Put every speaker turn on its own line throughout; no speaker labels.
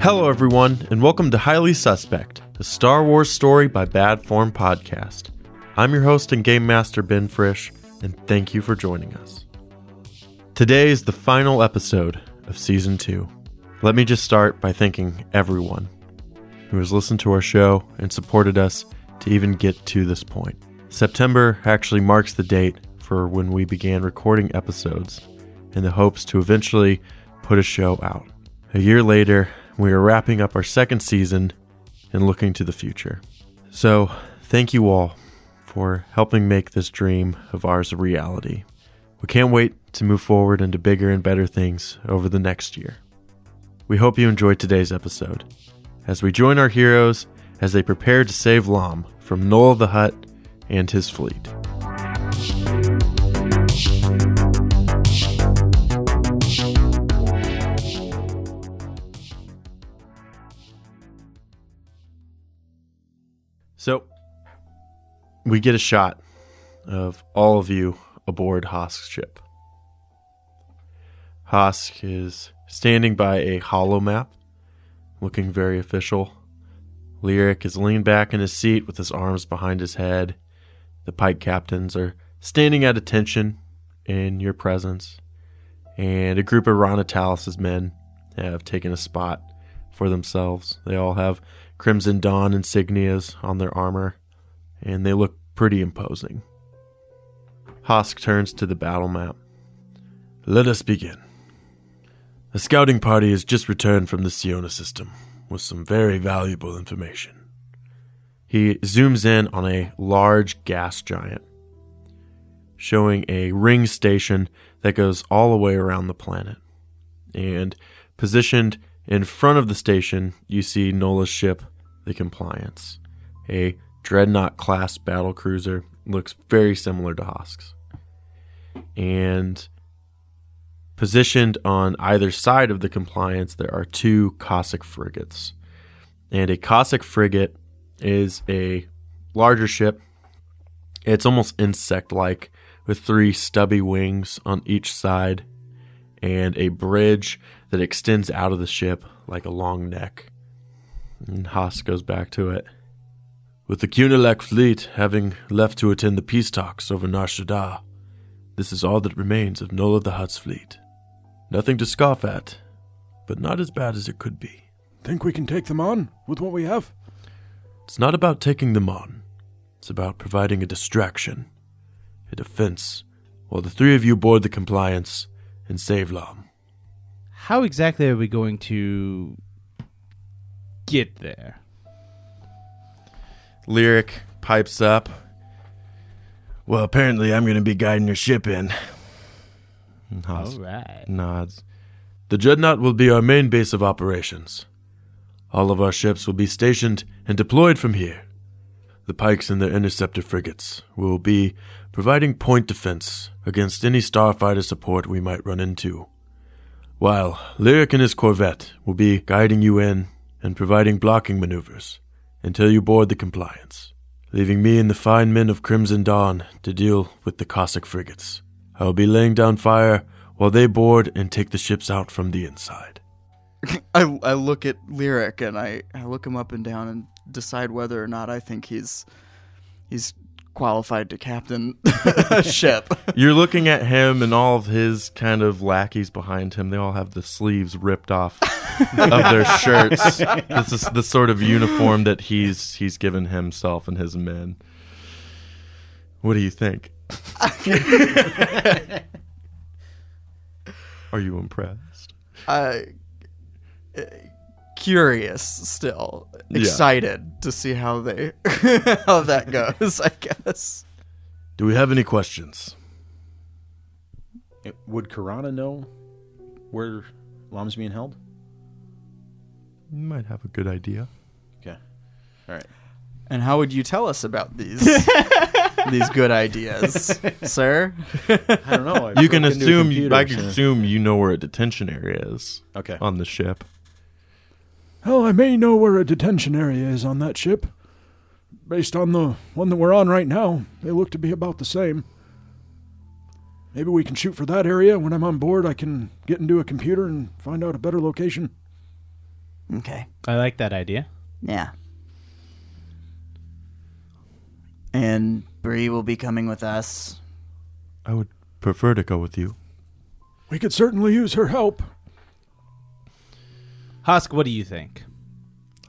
Hello, everyone, and welcome to Highly Suspect, a Star Wars story by Bad Form podcast. I'm your host and game master, Ben Frisch, and thank you for joining us. Today is the final episode of Season 2. Let me just start by thanking everyone who has listened to our show and supported us to even get to this point. September actually marks the date for when we began recording episodes in the hopes to eventually put a show out. A year later, we are wrapping up our second season and looking to the future. So, thank you all for helping make this dream of ours a reality. We can't wait to move forward into bigger and better things over the next year. We hope you enjoyed today's episode as we join our heroes as they prepare to save Lom from Noel the Hutt and his fleet. So, we get a shot of all of you aboard Hosk's ship. Hosk is standing by a hollow map, looking very official. Lyric is leaned back in his seat with his arms behind his head. The pike captains are standing at attention in your presence, and a group of Ronitalis' men have taken a spot for themselves. They all have Crimson Dawn insignias on their armor, and they look pretty imposing. Hosk turns to the battle map. Let us begin. The scouting party has just returned from the Siona system with some very valuable information. He zooms in on a large gas giant, showing a ring station that goes all the way around the planet. And positioned in front of the station, you see Nola's ship, the Compliance, a dreadnought class battle cruiser. Looks very similar to Hosk's. And Positioned on either side of the compliance, there are two Cossack frigates. And a Cossack frigate is a larger ship. It's almost insect like, with three stubby wings on each side and a bridge that extends out of the ship like a long neck. And Haas goes back to it. With the Cunilec fleet having left to attend the peace talks over Nar Shaddaa, this is all that remains of Nola the Hutt's fleet. Nothing to scoff at, but not as bad as it could be.
Think we can take them on with what we have?
It's not about taking them on, it's about providing a distraction, a defense, while the three of you board the compliance and save Lom.
How exactly are we going to get there?
Lyric pipes up.
Well, apparently I'm going to be guiding your ship in.
and Haas
right.
nods. The Dreadnought will be our main base of operations. All of our ships will be stationed and deployed from here. The pikes and their interceptor frigates will be providing point defense against any starfighter support we might run into. While Lyric and his corvette will be guiding you in and providing blocking maneuvers until you board the compliance, leaving me and the fine men of Crimson Dawn to deal with the Cossack frigates. I will be laying down fire while they board and take the ships out from the inside.
I, I look at Lyric and I, I look him up and down and decide whether or not I think he's he's qualified to captain a ship.
You're looking at him and all of his kind of lackeys behind him. They all have the sleeves ripped off of their shirts. This is the sort of uniform that he's he's given himself and his men. What do you think? Are you impressed?
I Uh, curious still,
Yeah.
excited to see how they how that goes. I guess.
Do we have any questions?
Would Karana know where Lom's being held?
You might have a good idea.
Okay. All right.
And how would you tell us about these these good ideas, sir?
I don't know. I
You can
broke into a
assume
computer,
I can
so-
assume you know where a detention area is
Okay.
on the ship.
Hell, I may know where a detention area is on that ship. Based on the one that we're on right now, they look to be about the same. Maybe we can shoot for that area. When I'm on board, I can get into a computer and find out a better location.
Okay.
I like that idea.
Yeah. And Bree will be coming with us.
I would prefer to go with you.
We could certainly use her help.
Husk, what do you think?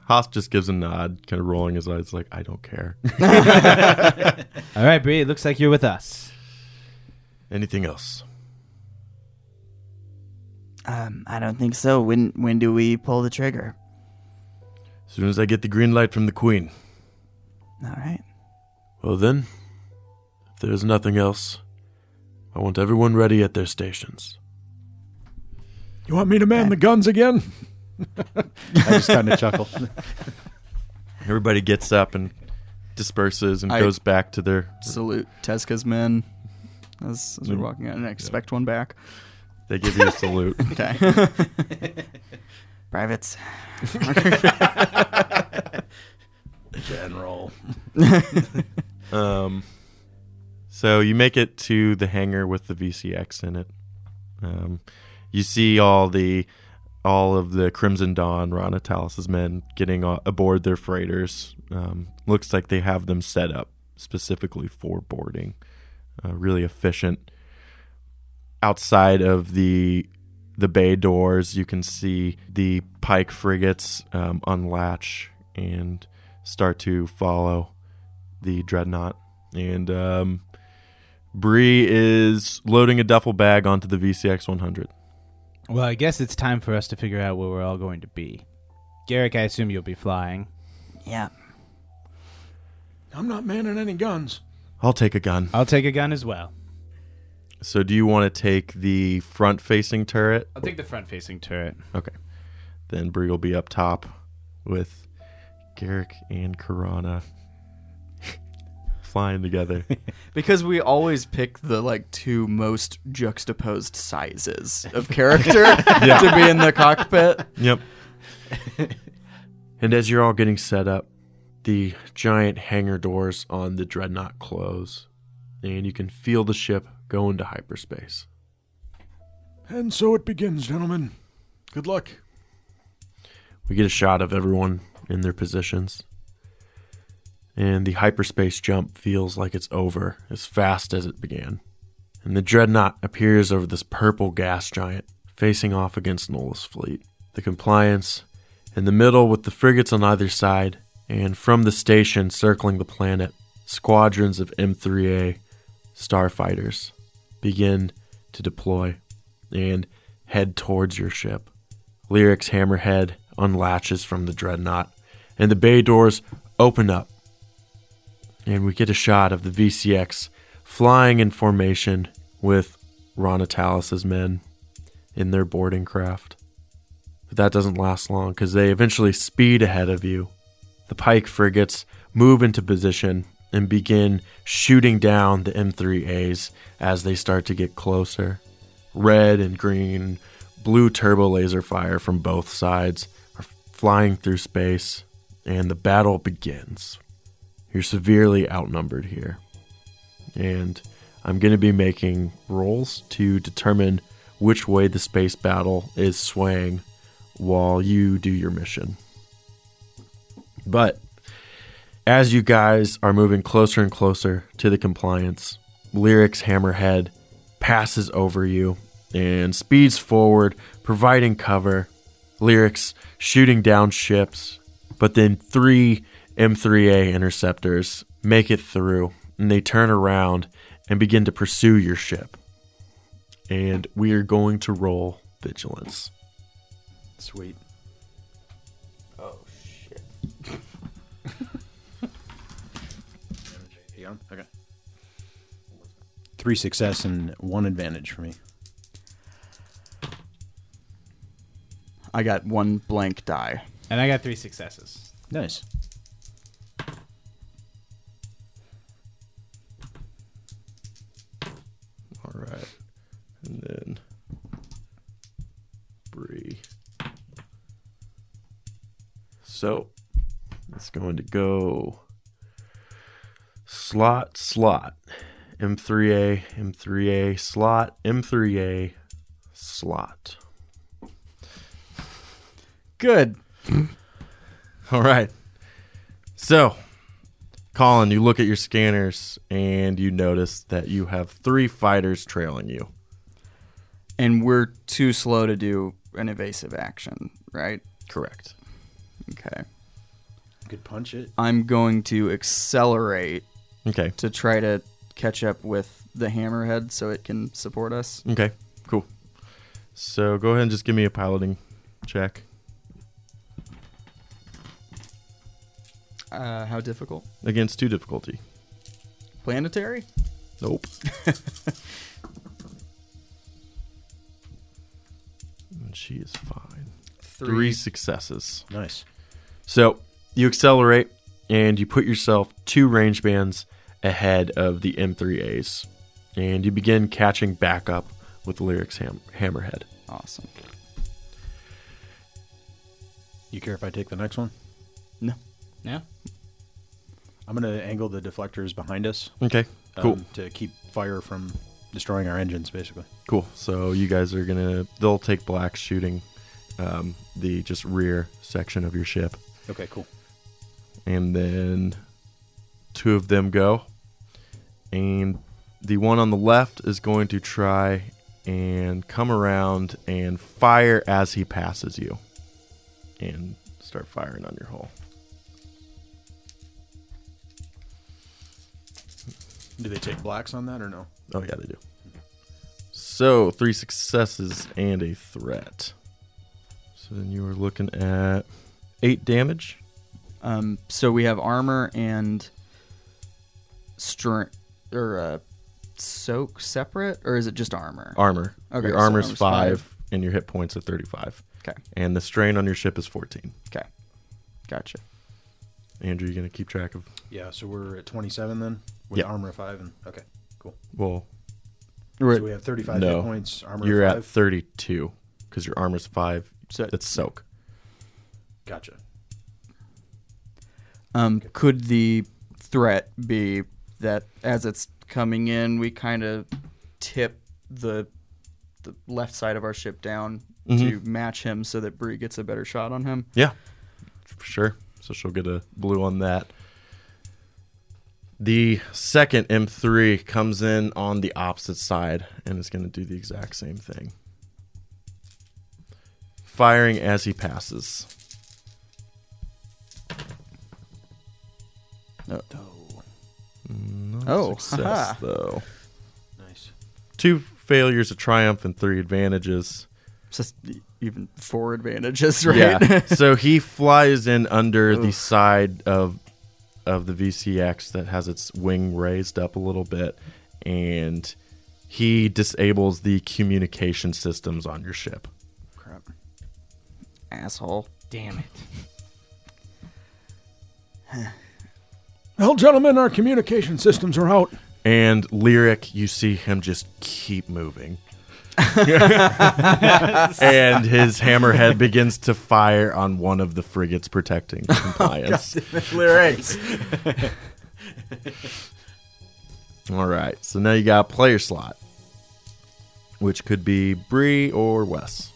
Haas just gives a nod, kind of rolling his eyes, like, I don't care.
All right, Bree, it looks like you're with us.
Anything else?
Um, I don't think so. When when do we pull the trigger?
As soon as I get the green light from the Queen.
All right.
Well, then, if there's nothing else, I want everyone ready at their stations.
You want me to man the guns again?
I just kind of chuckle.
Everybody gets up and disperses and
I-
goes back to their.
Salute Tesca's men as, as we're walking out and expect one back.
They give you a salute.
Okay. Privates.
General.
Um, so you make it to the hangar with the VCX in it. Um, you see all the all of the Crimson Dawn, Ron Atalis's men getting a- aboard their freighters. Um, looks like they have them set up specifically for boarding. Uh, really efficient. Outside of the the bay doors, you can see the Pike frigates um, unlatch and start to follow the dreadnought and um, Bree is loading a duffel bag onto the VCX 100.
Well, I guess it's time for us to figure out where we're all going to be. Garrick, I assume you'll be flying.
Yeah.
I'm not manning any guns.
I'll take a gun.
I'll take a gun as well.
So, do you want to take the front-facing turret?
I'll take the front-facing turret.
Okay. Then Bree will be up top with Garrick and Karana flying together.
Because we always pick the like two most juxtaposed sizes of character to be in the cockpit.
Yep. and as you're all getting set up, the giant hangar doors on the dreadnought close, and you can feel the ship go into hyperspace.
And so it begins, gentlemen. Good luck.
We get a shot of everyone in their positions. And the hyperspace jump feels like it's over as fast as it began. And the dreadnought appears over this purple gas giant, facing off against Nola's fleet. The Compliance in the middle with the frigates on either side, and from the station circling the planet, squadrons of M3A starfighters begin to deploy and head towards your ship. Lyric's hammerhead unlatches from the dreadnought, and the bay doors open up. And we get a shot of the VCX flying in formation with Ronitalis's men in their boarding craft. But that doesn't last long because they eventually speed ahead of you. The pike frigates move into position and begin shooting down the M3As as they start to get closer red and green, blue turbo laser fire from both sides are flying through space, and the battle begins. You're severely outnumbered here. And I'm going to be making rolls to determine which way the space battle is swaying while you do your mission. But as you guys are moving closer and closer to the compliance, Lyric's hammerhead passes over you and speeds forward, providing cover. Lyric's shooting down ships, but then three M3A interceptors make it through and they turn around and begin to pursue your ship. And we are going to roll vigilance.
Sweet. Oh shit. Okay. Three success and one advantage for me.
I got one blank die.
And I got three successes.
Nice.
All right. And then Bree. So it's going to go slot, slot, M3A, M3A, slot, M3A, slot.
Good.
All right. So, Colin, you look at your scanners and you notice that you have three fighters trailing you.
And we're too slow to do an evasive action, right?
Correct.
Okay.
Could punch it.
I'm going to accelerate
Okay.
to try to catch up with the hammerhead so it can support us.
Okay. Cool. So go ahead and just give me a piloting check.
Uh, how difficult?
Against two difficulty.
Planetary?
Nope. and she is fine. Three successes.
Nice.
So you accelerate and you put yourself two range bands ahead of the M3As, and you begin catching back up with Lyric's ham- Hammerhead.
Awesome.
You care if I take the next one?
No.
Yeah.
I'm gonna angle the deflectors behind us.
Okay,
um,
cool,
To keep fire from destroying our engines, basically.
cool. So you guys are gonna, they'll take black shooting um, the just rear section of your ship,
Okay. Cool.
and then two of them go, and the one on the left is going to try and come around and fire as he passes you, and start firing on your hull.
Do they take blacks on that or no?
Oh yeah, they do. So three successes and a threat. So then you were looking at eight damage.
Um, so we have armor and strength or uh, soak separate, or is it just armor?
Armor.
Okay,
your
so
armor's
armor's
five,
five.
and your hit points are thirty-five.
Okay.
And the strain on your ship is fourteen.
Okay. Gotcha.
Andrew, you gonna keep track of?
Yeah. So we're at 27 then with
Yeah.
armor of five and okay. Cool.
Well,
We're
So we have 35
No.
hit points. Armor.
you're
of
at
five.
thirty-two because your armor's five.
So-
That's soak.
Gotcha.
Um, could the threat be that as it's coming in, we kind of tip the the left side of our ship down
Mm-hmm.
to match him, so that Bree gets a better shot on him?
Yeah, for sure. So she'll get a blue on that. The second M3 comes in on the opposite side and is going to do the exact same thing. Firing as he passes.
Oh,
Not
Oh,
success
haha.
though.
nice.
Two failures, a triumph, and three advantages.
It's Just e, even four advantages, right?
so he flies in under the side of of the VCX that has its wing raised up a little bit, and he disables the communication systems on your ship.
Crap.
Asshole.
Damn it.
Well, gentlemen, our communication systems are out.
And Lyric, you see him just keep moving. and his hammerhead begins to fire on one of the frigates protecting compliance.
Lyrics.
All right, so now you got a player slot, which could be Bree or Wes.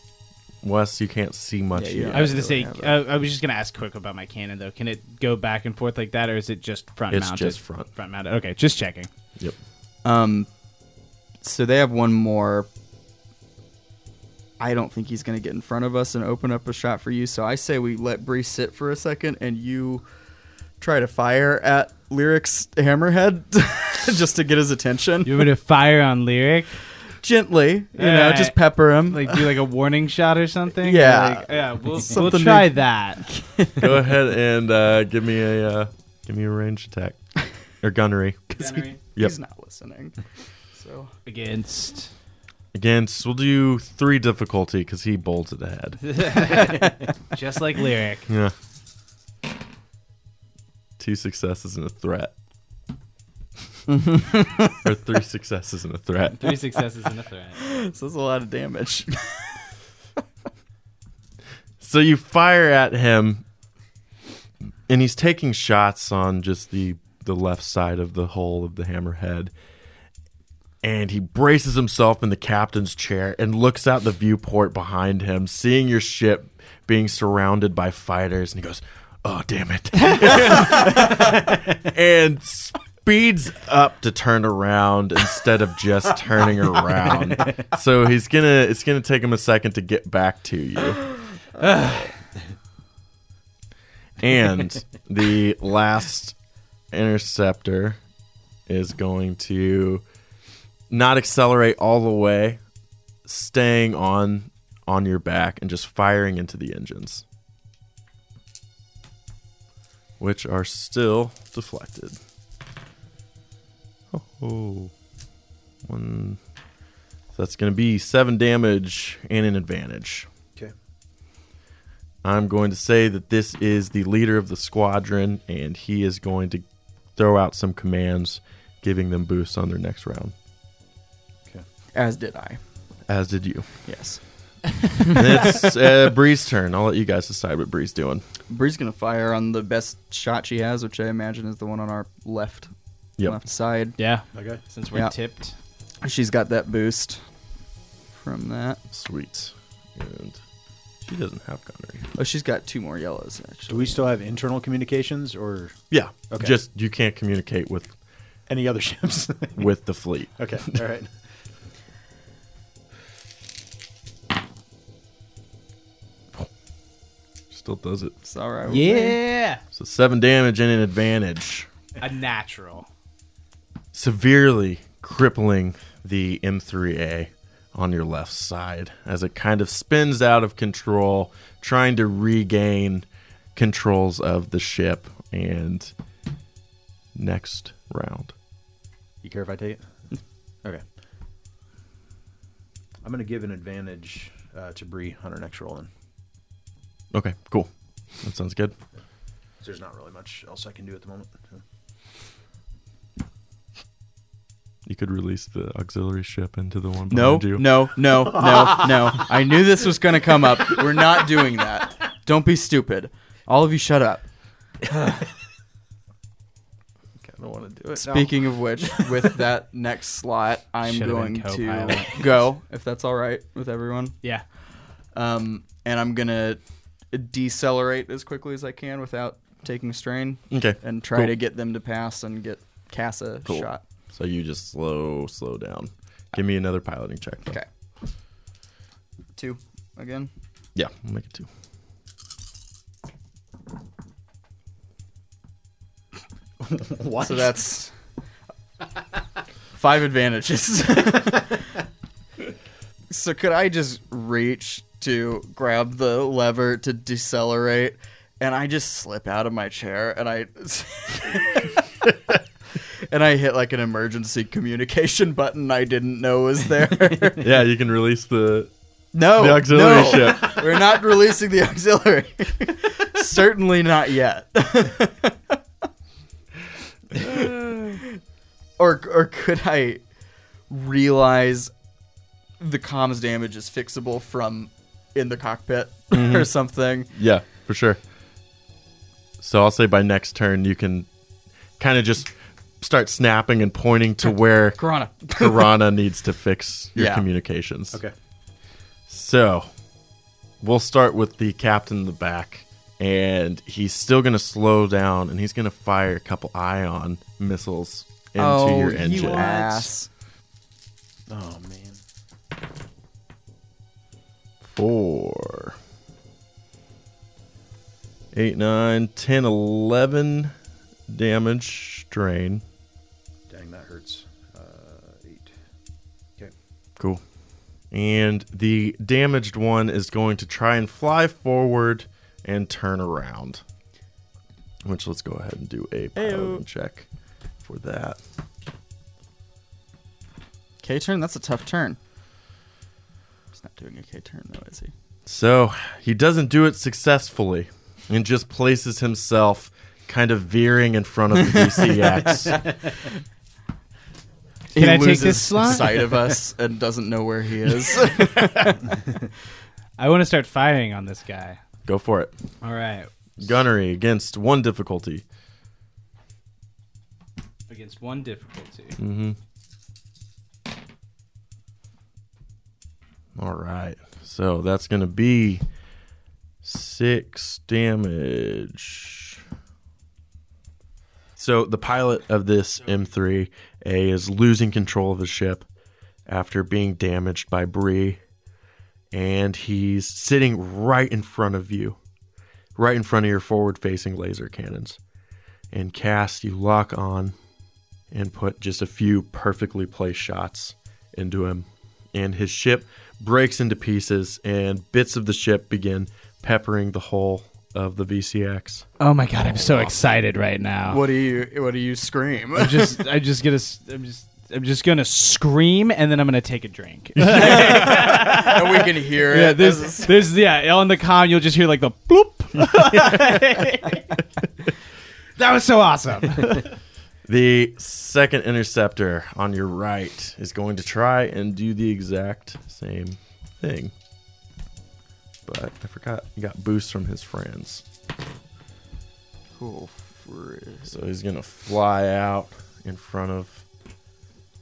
Wes, you can't see much
Yeah, you
yet.
I was gonna
really
say.
have
I, I was just gonna ask quick about my cannon though. Can it go back and forth like that, or is it just front
It's
mounted?
just front.
Front mounted. Okay, just checking.
Yep.
Um, so they have one more. I don't think he's going to get in front of us and open up a shot for you. So I say we let Bree sit for a second and you try to fire at Lyric's hammerhead just to get his attention
You want me to fire on lyric?
gently, you know,
Alright.
just pepper him.
Like do like a warning shot or something?
Yeah.
Like, yeah. We'll, we'll
Something
try
new.
that.
Go ahead and uh, give me a uh, give me a range attack or gunnery Yep.
He's not listening. So
Against.
against. We'll do three difficulty because he bolts it ahead.
Just like lyric.
Yeah. Two successes and a threat. or three successes and a threat.
Three successes and a threat.
this is a lot of damage.
So you fire at him, and he's taking shots on just the the left side of the hull of the hammerhead, and he braces himself in the captain's chair and looks out the viewport behind him, seeing your ship being surrounded by fighters, and he goes, "Oh, damn it!" and speeds up to turn around instead of just turning around. So he's gonna it's gonna take him a second to get back to you. and the last interceptor is going to not accelerate all the way, staying on on your back and just firing into the engines. Which are still deflected. Oh, one. So that's going to be seven damage and an advantage.
Okay.
I'm going to say that this is the leader of the squadron, and he is going to throw out some commands, giving them boosts on their next round.
As did I.
As did you.
Yes.
it's uh, Bree's turn. I'll let you guys decide what Bree's doing.
Bree's gonna fire on the best shot she has, which I imagine is the one on our left,
Yep.
left side.
Yeah.
Okay.
Since we're
Yeah.
tipped.
She's got that boost from that.
Sweet. And she doesn't have gunnery.
Oh, she's got two more yellows
Do
actually.
we still have internal communications or
Yeah.
Okay.
Just you can't communicate with
any other ships?
with the fleet.
okay. All right.
Still does it.
It's all right. with me.
Yeah.
So seven damage and an advantage.
A natural.
severely crippling the M3A on your left side as it kind of spins out of control, trying to regain controls of the ship. And next round.
You care if I take it? Okay. I'm gonna give an advantage uh, to Bree on her next roll. In
Okay, cool. That sounds good.
there's not really much else I can do at the moment.
You could release the auxiliary ship into the one
No,
behind you.
no, no, no, no. I knew this was gonna come up. We're not doing that. Don't be stupid. All of you, shut up.
I don't want to do it.
Speaking of which, with that next slot, I'm
Should've
going
been
to
co-pilot.
go if that's all right with everyone.
Yeah.
Um, and I'm gonna decelerate as quickly as I can without taking strain,
Okay.
and try
Cool.
to get them to pass and get Casa
Cool.
shot.
So you just slow, slow down. Give me another piloting check. though.
Okay. Two again.
Yeah, we'll make it two.
What?
So that's five advantages. so could I just reach to grab the lever to decelerate and I just slip out of my chair and I and I hit like an emergency communication button I didn't know was there.
Yeah, you can release the
no.
The auxiliary
no.
ship.
We're not releasing the auxiliary. Certainly not yet. or or could I realize the comms damage is fixable from in the cockpit or something?
Yeah, for sure. So I'll say by next turn you can kind of just start snapping and pointing to where
Corona.
Karana needs to fix your
Yeah.
communications.
okay.
So we'll start with the captain in the back, and he's still going to slow down and he's going to fire a couple ion missiles into
Oh,
Oh,
your engine.
ass.
Oh man.
four, eight, nine, ten, eleven damage strain.
Dang, that hurts. Uh, eight. Okay.
Cool. And the damaged one is going to try and fly forward and turn around. Which let's go ahead and do a piloting check for that.
K turn? That's a tough turn. He's not doing a K turn though, is he?
So he doesn't do it successfully and just places himself kind of veering in front of the DCX.
Can
he
I take
loses
this slot?
sight of us and doesn't know where he is.
I want to start firing on this guy.
go for it.
All right.
Gunnery against one difficulty.
Against one difficulty.
Mm-hmm. All right. So that's going to be six damage. So the pilot of this M3A is losing control of the ship after being damaged by Bree. And he's sitting right in front of you, right in front of your forward facing laser cannons. And cast, you lock on and put just a few perfectly placed shots into him. And his ship breaks into pieces, and bits of the ship begin peppering the hull of the VCX.
Oh my god, I'm so excited right now.
What do you What do you scream?
I'm just I'm just gonna s- I'm just I'm just gonna scream and then I'm gonna take a drink.
and we can hear
yeah,
it.
there's there's yeah on the com you'll just hear like the bloop. that was so awesome.
The second interceptor on your right is going to try and do the exact same thing. But I forgot he got boosts from his friends.
cool.
So he's going to fly out in front of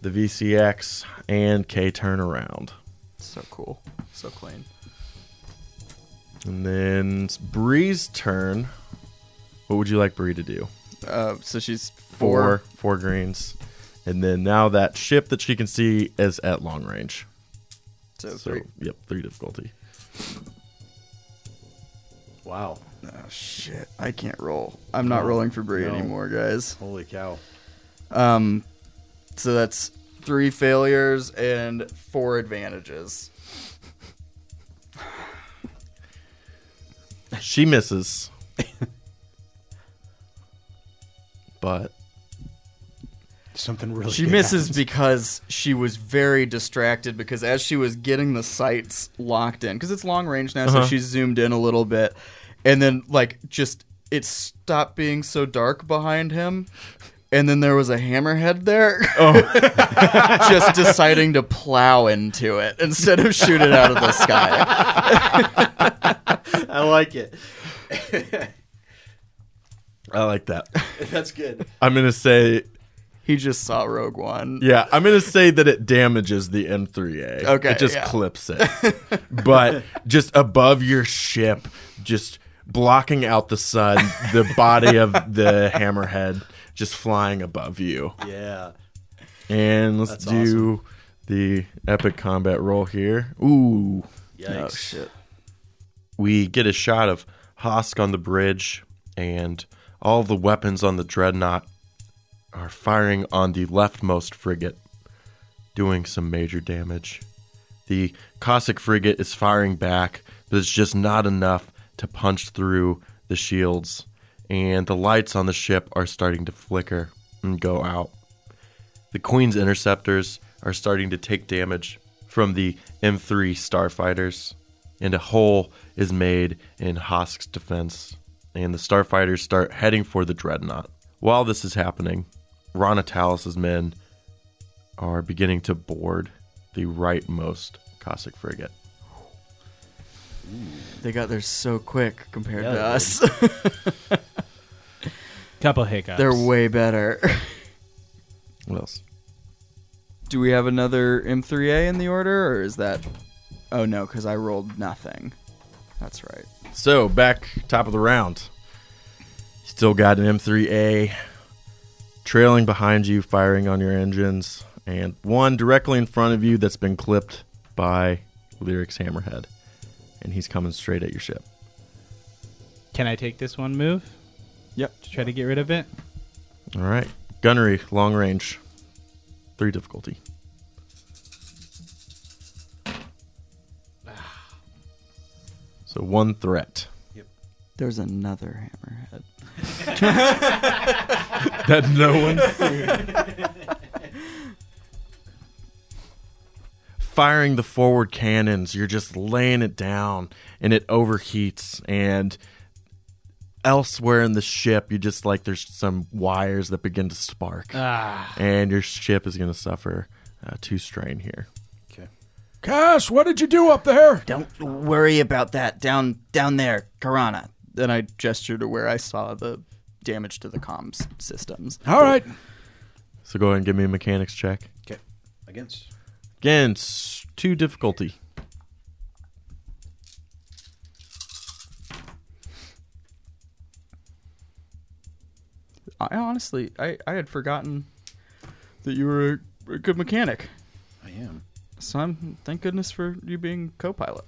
the VCX and K turn around.
So cool. So clean.
And then it's Bree's turn. What would you like Bree to do?
Uh, so she's
Four, four
four.
greens. And then now that ship that she can see is at long range.
So,
So,
three.
yep, three difficulty.
Wow.
Oh, shit. I can't roll. I'm not rolling for Brie
No.
anymore, guys.
Holy cow.
Um, so that's three failures and four advantages.
She misses. but
Something really.
She
big
misses
happens.
because she was very distracted because as she was getting the sights locked in, because it's long range now, so she's zoomed in a little bit, and then like just it stopped being so dark behind him, and then there was a hammerhead there, just deciding to plow into it instead of shoot it out of the sky.
I like it.
I like that.
That's good.
I'm gonna say
He just saw Rogue One.
yeah, I'm gonna say that it damages the M3A.
Okay,
It just
yeah.
clips it. but just above your ship, just blocking out the sun, the body of the hammerhead just flying above you. Oh,
Yeah.
And let's
That's
do the epic combat roll here. Ooh.
Yikes.
Oh shit!
we get a shot of Hosk on the bridge, and all the weapons on the dreadnought are firing on the leftmost frigate, doing some major damage. The Cossack frigate is firing back, but it's just not enough to punch through the shields, and the lights on the ship are starting to flicker and go out. The Queen's interceptors are starting to take damage from the M3 starfighters, and a hole is made in Hosk's defense. And the starfighters start heading for the dreadnought. While this is happening, Ronitalis' men are beginning to board the rightmost Cossack frigate.
They got there so quick compared
Yeah,
to
they
us.
Couple hiccups.
They're way better.
What else?
Do we have another M3A in the order, or is that? Oh no, because I rolled nothing. That's right.
So back top of the round. Still got an M3A trailing behind you, firing on your engines, and one directly in front of you that's been clipped by Lyric's Hammerhead, and he's coming straight at your ship.
Can I take this one move
Yep.
to try to get rid of it?
All right, gunnery, long range, three difficulty. So one threat.
There's another hammerhead.
that no one Firing the forward cannons, you're just laying it down and it overheats. And elsewhere in the ship, you just like there's some wires that begin to spark.
Ah,
And your ship is going to suffer uh, two strain here.
Cass, what did you do up there?
Don't worry about that. Down, down there, Karana. Then I gesture to where I saw the damage to the comms systems.
All right.
So go ahead and give me a mechanics check.
Okay. Against.
Again, s- two difficulty.
I honestly, I, I had forgotten that you were a, a good mechanic.
I am.
So I'm thank goodness for you being co-pilot.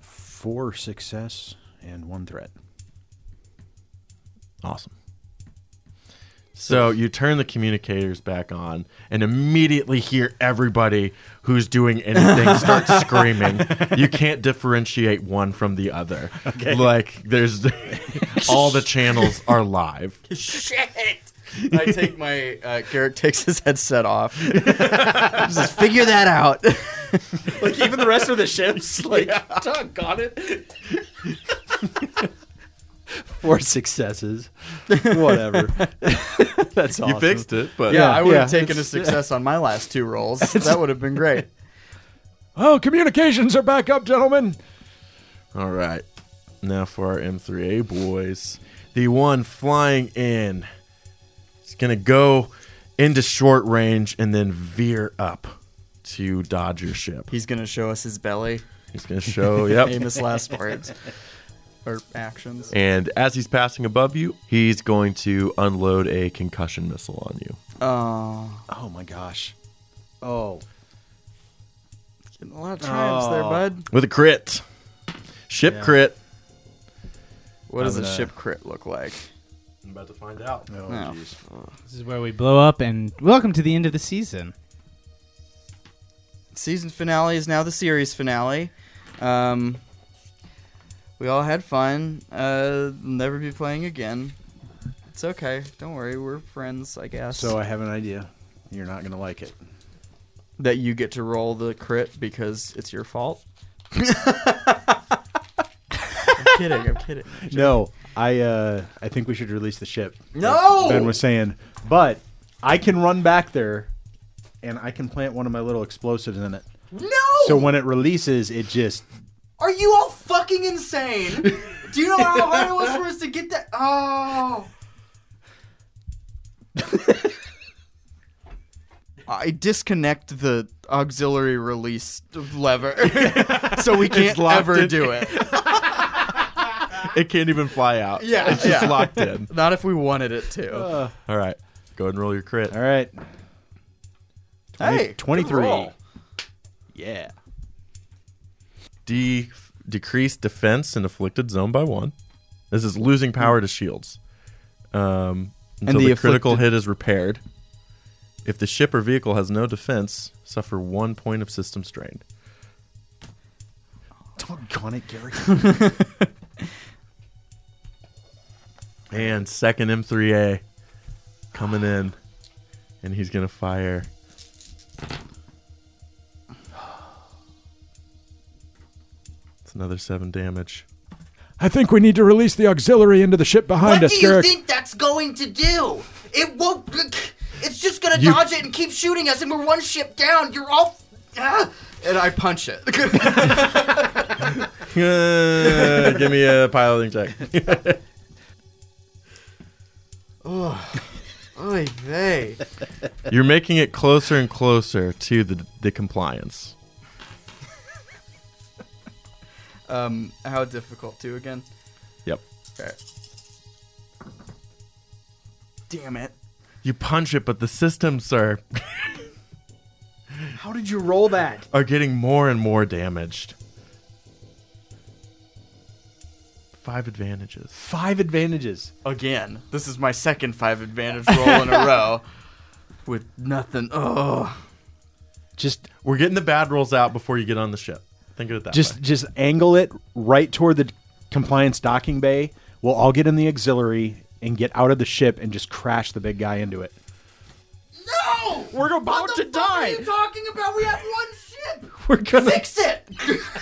Four success and one threat.
Awesome. So you turn the communicators back on and immediately hear everybody who's doing anything start screaming. You can't differentiate one from the other. Like there's all the channels are live.
Shit! I take my uh, Garrett takes his headset off. Just figure that out.
Like even the rest of the ships, like Doug got it.
Four successes. Whatever. That's awesome.
You fixed it, but
Yeah, I would have
yeah,
taken a success on my last two rolls. That would have been great.
Oh, communications are back up, gentlemen.
All right. Now for our M3A boys. The one flying in. It's going to go into short range and then veer up to dodge your ship.
He's gonna show us his belly,
He's going to show, yep.
famous last words or actions.
And as he's passing above you, he's going to unload a concussion missile on you.
Oh,
Oh my gosh. Oh.
getting a lot of triumphs there, bud.
With a crit. Ship crit.
What does
I'm
a
gonna-
ship crit look like?
I'm about to find out.
Oh
No.
jeez.
This is where we blow up, and welcome to the end of the season.
season finale is now the series finale. Um, we all had fun. Uh, never be playing again. It's okay. Don't worry. We're friends, I guess.
So I have an idea. You're not gonna like it.
that you get to roll the crit because it's your fault. I'm kidding. I'm kidding.
No, I uh, I think we should release the ship.
No!
Ben was saying, but I can run back there, and I can plant one of my little explosives in it.
No!
So when it releases, it just
Are you all fucking insane? Do you know how hard it was for us to get that? Oh. I disconnect the auxiliary release lever, so we can't
locked
ever
in.
do it.
It can't even fly out.
Yeah,
It's just
yeah.
locked in.
Not if we wanted it to.
Uh,
All right. Go ahead and roll your crit.
all right.
hey, good
23.
roll.
Yeah.
de- decrease defense in afflicted zone by one. This is losing power to shields. Um, until
the
the, critical
afflicted-
hit is repaired. If the ship or vehicle has no defense, suffer one point of system strain.
Doggone it, Gary.
And second M3A coming in, and he's gonna fire. It's another seven damage.
I think we need to release the auxiliary into the ship behind
What
us,
do you
Garrick.
think that's going to do? It won't. It's just gonna
You-
dodge it and keep shooting us, and we're one ship down. You're all. Ah.
And I punch it.
Uh, give me a piloting check.
Oy vey.
You're making it closer and closer to the the compliance.
Um, how difficult to again?
Yep.
Okay. Damn it.
You punch it, but the systems are
How did you roll that?
are getting more and more damaged. Five advantages.
Five advantages.
again. This is my second five advantage roll in a row with nothing. Oh,
Just
We're getting the bad rolls out before you get on the ship. Think of it that
just
way.
just angle it right toward the compliance docking bay. We'll all get in the auxiliary and get out of the ship and just crash the big guy into it.
No!
We're about
What the fuck Are you talking about? We have one ship.
We're gonna
Fix it.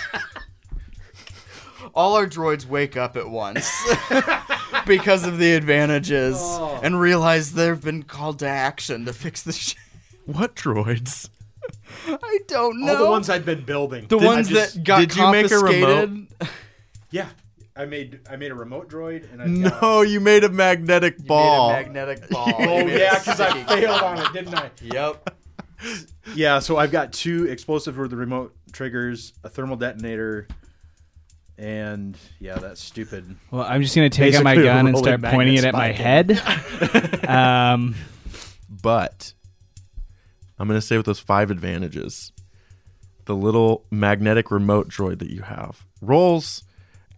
all our droids wake up at once because of the advantages
Oh.
and realize they've been called to action to fix the shit.
What droids?
I don't know.
all the ones I've been building.
The ones that got
did you make a
confiscated.
remote?
yeah, I made I made a remote droid and I
No, you made a magnetic ball.
Made a magnetic ball.
Oh
You made a
yeah, because I
sticky-
failed on it, didn't I?
Yep.
Yeah, so I've got two explosive with the remote triggers, a thermal detonator, And yeah, that stupid.
Well, I'm just gonna take out my
Basically
gun and
rolling
start pointing it at
magnet
my
spike
head. um,
but I'm going to say with those five advantages, the little magnetic remote droid that you have rolls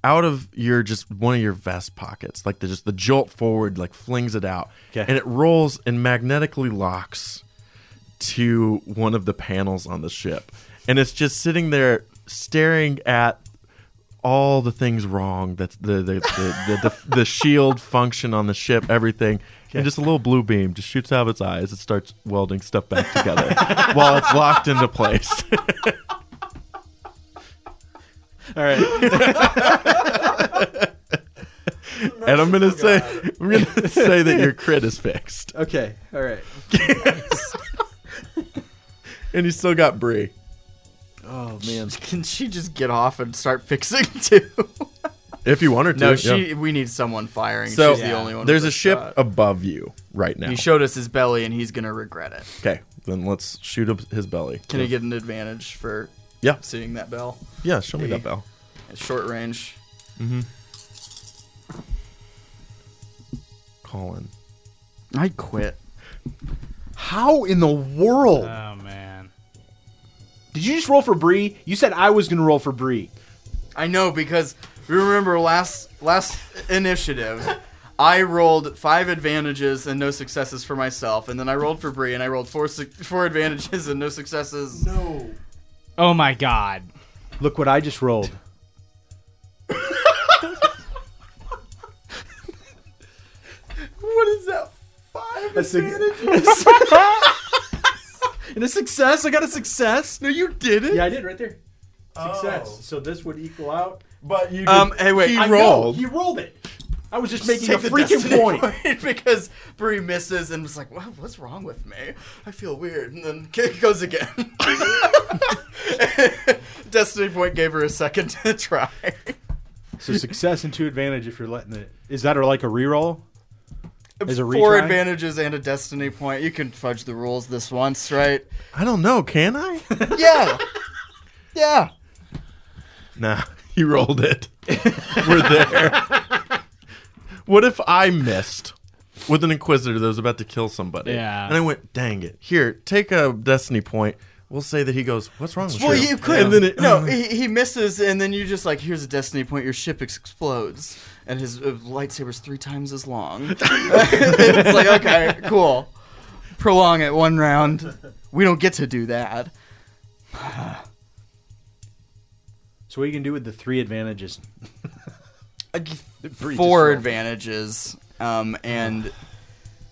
out of your just one of your vest pockets, like the just the jolt forward, like flings it out,
Okay.
and it rolls and magnetically locks to one of the panels on the ship, and it's just sitting there staring at all the things wrong that's the the the, the, the, the shield function on the ship everything and just a little blue beam just shoots out of its eyes it starts welding stuff back together while it's locked into place
All right.
and i'm gonna say i'm gonna say that your crit is fixed
Okay. All right.
and you still got Bree.
Oh man.
Can she just get off and start fixing too?
if you want her to
no,
yeah.
she. We need someone firing.
so
She's the only one.
there's
with
a ship
shot.
above you right now
He showed us his belly, and he's gonna regret it.
okay then let's shoot up his belly
Can I get an advantage for
yeah
seeing that bell?
yeah show me
Hey.
that bell
At short range.
colin
I quit.
How in the world
oh man.
did you just roll for Bree? You said I was gonna roll for Bree.
I know because remember last last initiative, I rolled five advantages and no successes for myself, and then I rolled for Bree, and I rolled four suc- four advantages and no successes.
Oh my god.
Look what I just rolled.
What is that? Five
That's a-
advantages. and a success. I got a success. No, you Oh. didn't.
I did right there. Success. So this would equal out.
but you
Um. Hey, wait.
He
I-
rolled.
He rolled it. I was just
Just
making a
take the
freaking
destiny
point.
point because Bree misses and was like, "What? What's wrong with me? I feel weird." And then kick goes again. destiny point gave her a second to try.
So success and two advantage if you're letting it. Is that or like a reroll? As a
Four
retry?
advantages and a destiny point. You can fudge the rules this once, right?
i don't know can i
Yeah. yeah.
Nah, he rolled it. We're there. what if I missed with an inquisitor that was about to kill somebody?
Yeah.
And I went, dang it. Here, take a destiny point. We'll say that he goes, what's wrong with
Well,
you?
you could.
And then it,
no, he, he misses, and then you just like, here's a destiny point. Your ship ex- explodes, and his uh, lightsaber's three times as long. it's like, okay, cool. Prolong it one round. We don't get to do that.
So what you can do with the three advantages? Bree just
Four
rolled.
advantages, um, and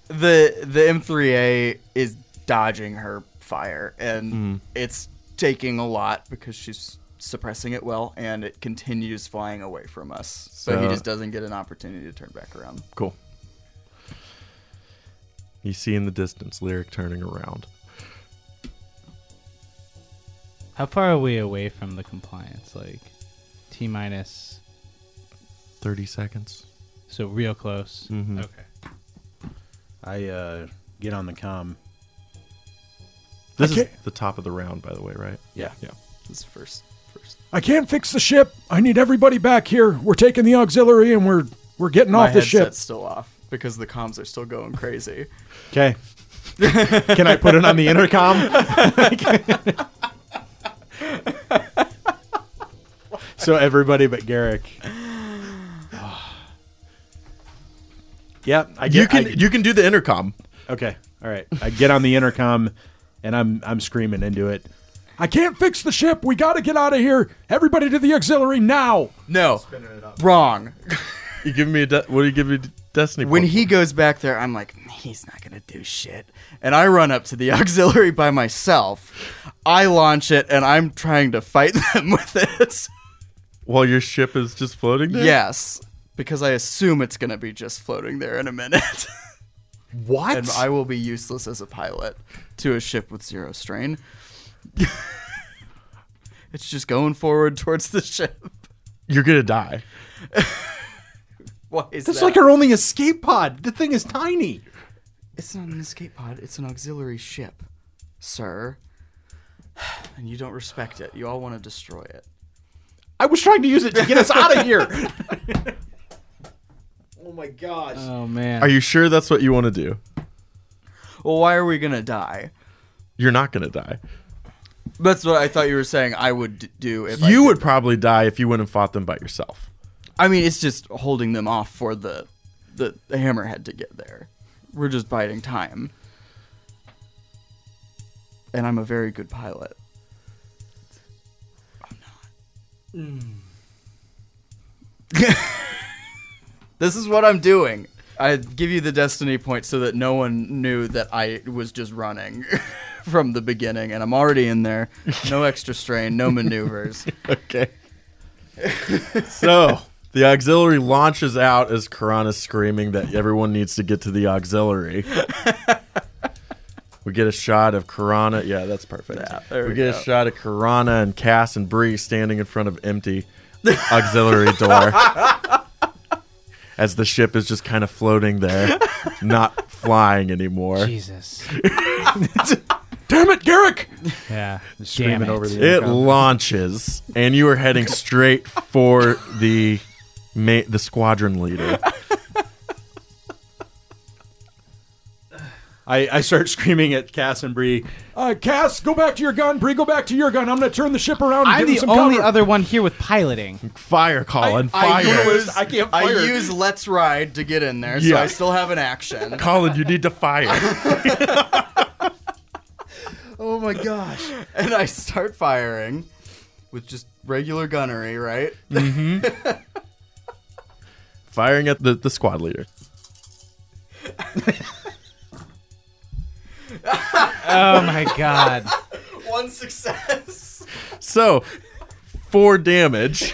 the the M3A is dodging her fire, and it's taking a lot because she's suppressing it well, and it continues flying away from us. so he
So-
just doesn't get an opportunity to turn back around.
Cool. You see in the distance Lyric turning around.
How far are we away from the compliance? Like T minus
30 seconds.
so real close.
Mhm.
Okay.
I uh, get on the com.
This is
Okay.
the top of the round, by the way, right?
Yeah.
This first, first.
I can't fix the ship. I need everybody back here. We're taking the auxiliary and we're we're getting
My
off the ship.
headset's still off because the comms are still going crazy.
Okay. Can I put it on the intercom? so everybody but Garrick. yep, I get.
you can
I-
you can do the intercom.
okay, all right. I get on the intercom, and I'm I'm screaming into it.
I can't fix the ship. We got to get out of here. Everybody to the auxiliary now.
No, wrong.
You give me a de- what do you give me destiny
When
point
he goes back there, I'm like, he's not gonna do shit. And I run up to the auxiliary by myself. I launch it, and I'm trying to fight them with it.
while your ship is just floating there?
yes, because I assume it's gonna be just floating there in a minute,
What?
and I will be useless as a pilot to a ship with zero strain. it's just going forward towards the ship.
You're going to die.
Why is
That's
that?
like our only escape pod. The thing is tiny.
It's not an escape pod, it's an auxiliary ship, sir. And you don't respect it. You all want to destroy it.
I was trying to use it to get us out of here.
Oh my gosh.
Oh man.
Are you sure that's what you want to do?
Well, why are we gonna die?
You're not going to die.
That's what I thought you were saying. I would d- do if I
you
could.
would probably die if you went and fought them by yourself.
I mean, it's just holding them off for the the, the hammerhead to get there. We're just biding time. And I'm a very good pilot. I'm not. this is what I'm doing. I give you the destiny point so that no one knew that I was just running from the beginning, and I'm already in there. No extra strain, no maneuvers.
Okay. so the auxiliary launches out as Karan is screaming that everyone needs to get to the auxiliary. we get a shot of Karana. Yeah, that's perfect.
Yeah, there
we
we
get
go.
a shot of Karana and Cass and Bree standing in front of empty auxiliary door. As the ship is just kind of floating there, not flying anymore.
Jesus.
Damn it, Garrick!
Yeah.
Screaming
Damn it.
over the
It
intercom.
launches, and you are heading straight for the ma- the squadron leader.
I, I start screaming at Cass and Bree.
Uh, Cass, go back to your gun. Bree, go back to your gun. I'm going to turn the ship around and
I'm
give him
the
some
only
cover.
other one here with piloting.
Fire, Colin.
I
fire.
use-
I can't
I
fire.
use Let's Ride to get in there, so
Yeah.
I still have an action.
Colin, you need to fire.
oh my gosh. And I start firing with just regular gunnery, right?
Firing at the, the squad leader.
Oh my god.
One success.
So, four damage.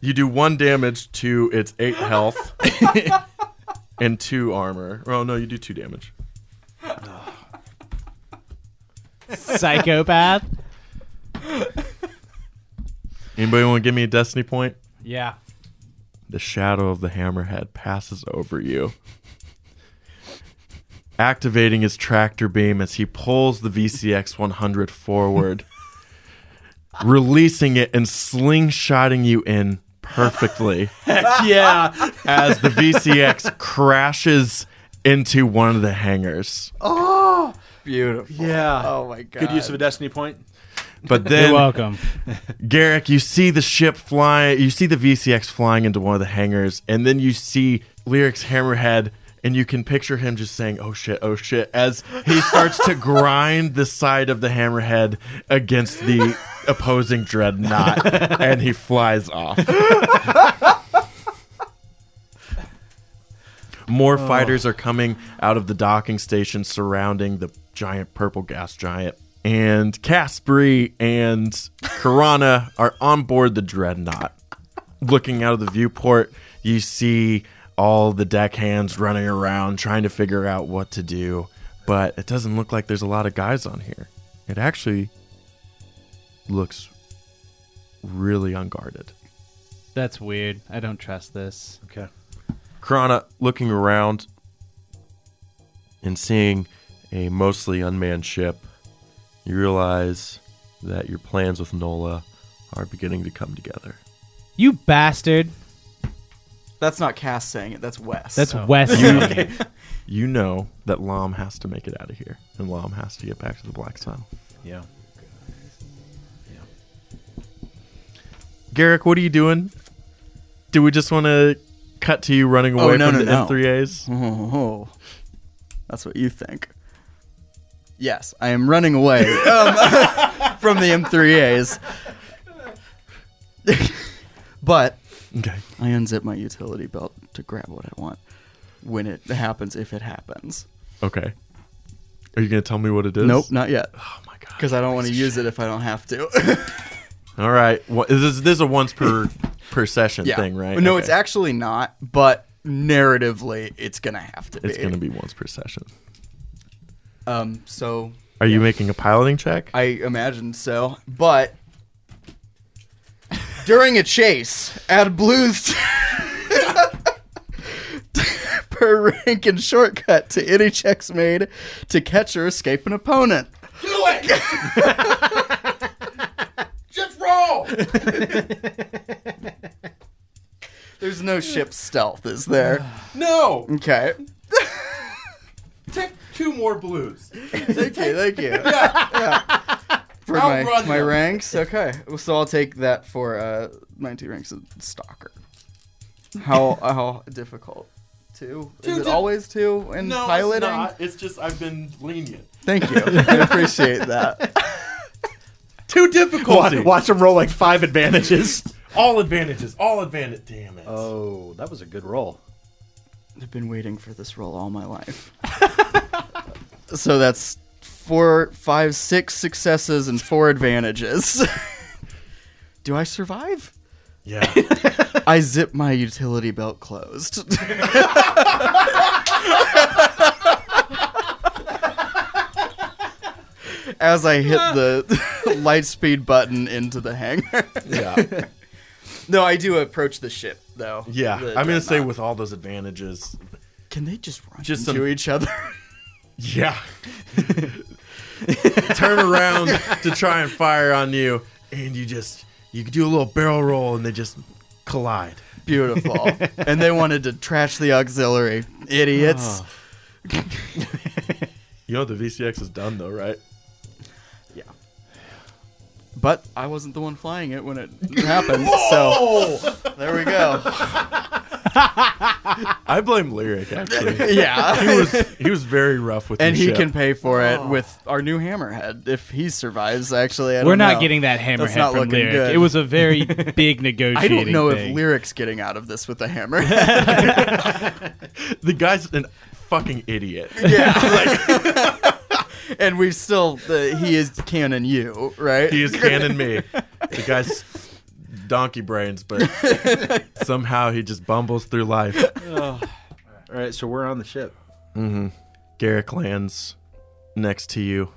you do one damage to its eight health and two armor. Oh, no, you do two damage.
Psychopath.
Anybody want to give me a destiny point?
Yeah.
the shadow of the hammerhead passes over you, activating his tractor beam as he pulls the VCX 100 forward, releasing it and slingshotting you in perfectly
yeah.
as the VCX crashes into one of the hangars.
Beautiful.
Yeah.
Oh my god.
Good use of a destiny point.
But
You're
then,
welcome.
Garrick, you see the ship fly, you see the VCX flying into one of the hangars, and then you see Lyric's hammerhead, and you can picture him just saying, oh shit, oh shit, as he starts to grind the side of the hammerhead against the opposing dreadnought, and he flies off. More fighters are coming out of the docking station surrounding the giant purple gas giant. And Caspery and Karana are on board the dreadnought. Looking out of the viewport, you see all the deckhands running around trying to figure out what to do. But it doesn't look like there's a lot of guys on here. It actually looks really unguarded.
That's weird. I don't trust this.
Okay.
Krana looking around and seeing a mostly unmanned ship, you realize that your plans with Nola are beginning to come together.
You bastard.
That's not Cass saying it, that's Wes.
That's Wes. saying it.
You know that Lom has to make it out of here, and Lom has to get back to the Black Sun.
Yeah.
Garrick, what are you doing? Do we just want to cut to you running away
Oh, no,
from
no,
the
no.
M3As?
Oh, that's what you think. Yes, I am running away um, from the M3As. but
Okay.
I unzip my utility belt to grab what I want when it happens, if it happens.
Okay. Are you going to tell me what it is?
Nope, not yet.
Oh my god.
Because I don't want to use it if I don't have to.
All right. Well, this is this is a once per per session
yeah.
thing, right?
No,
Okay.
it's actually not, but narratively, it's going to have to be.
It's going to be once per session.
Um, so
Are you making a piloting check?
I imagine so. But during a chase, add blues per rank and shortcut to any checks made to catch or escape an opponent.
it! Just roll!
There's no ship stealth, is there?
No!
Okay.
Take two more blues.
Thank you. Thank you.
Yeah.
For my,
Outrun
my
them.
ranks? Okay. So I'll take that for uh, my two ranks of Stalker. How how difficult? Two? Is
Two
it
di-
always two in
No, it's
piloting?
not. It's just I've been lenient.
Thank you. I appreciate that.
Two difficulty.
Watch, watch him roll like five advantages.
All advantages. All advantage. Damn it.
Oh, that was a good roll.
I've been waiting for this role all my life. so that's four, five, six successes and four advantages. Do I survive?
Yeah.
I zip my utility belt closed. As I hit the light speed button into the hangar.
Yeah.
No, I do approach the ship though.
Yeah.
The
I'm going to say
dreadnought.
with all those advantages.
Can they just run
Just
into
some-
each other?
Yeah. Turn around to try and fire on you, and you just you do a little barrel roll, and they just collide.
Beautiful. and they wanted to trash the auxiliary.
Ah.
Idiots.
You know the VCX is done though, right?
But I wasn't the one flying it when it happened. so there we go.
I blame Lyric actually.
Yeah.
He was he was very rough with
and
the
he
ship.
can pay for it with our new hammerhead if he survives. Actually, I
We're
don't
not
know.
getting that hammerhead
That's not
from
looking
Lyric.
good.
It was a very big negotiating.
I don't know
thing.
if lyrics getting out of this with the hammerhead.
The guy's an fucking idiot.
and we still the, he is canon you right.
He is canning me. The guy's donkey brains, but somehow he just bumbles through life.
All right, so we're on the ship.
Garrick lands next to you.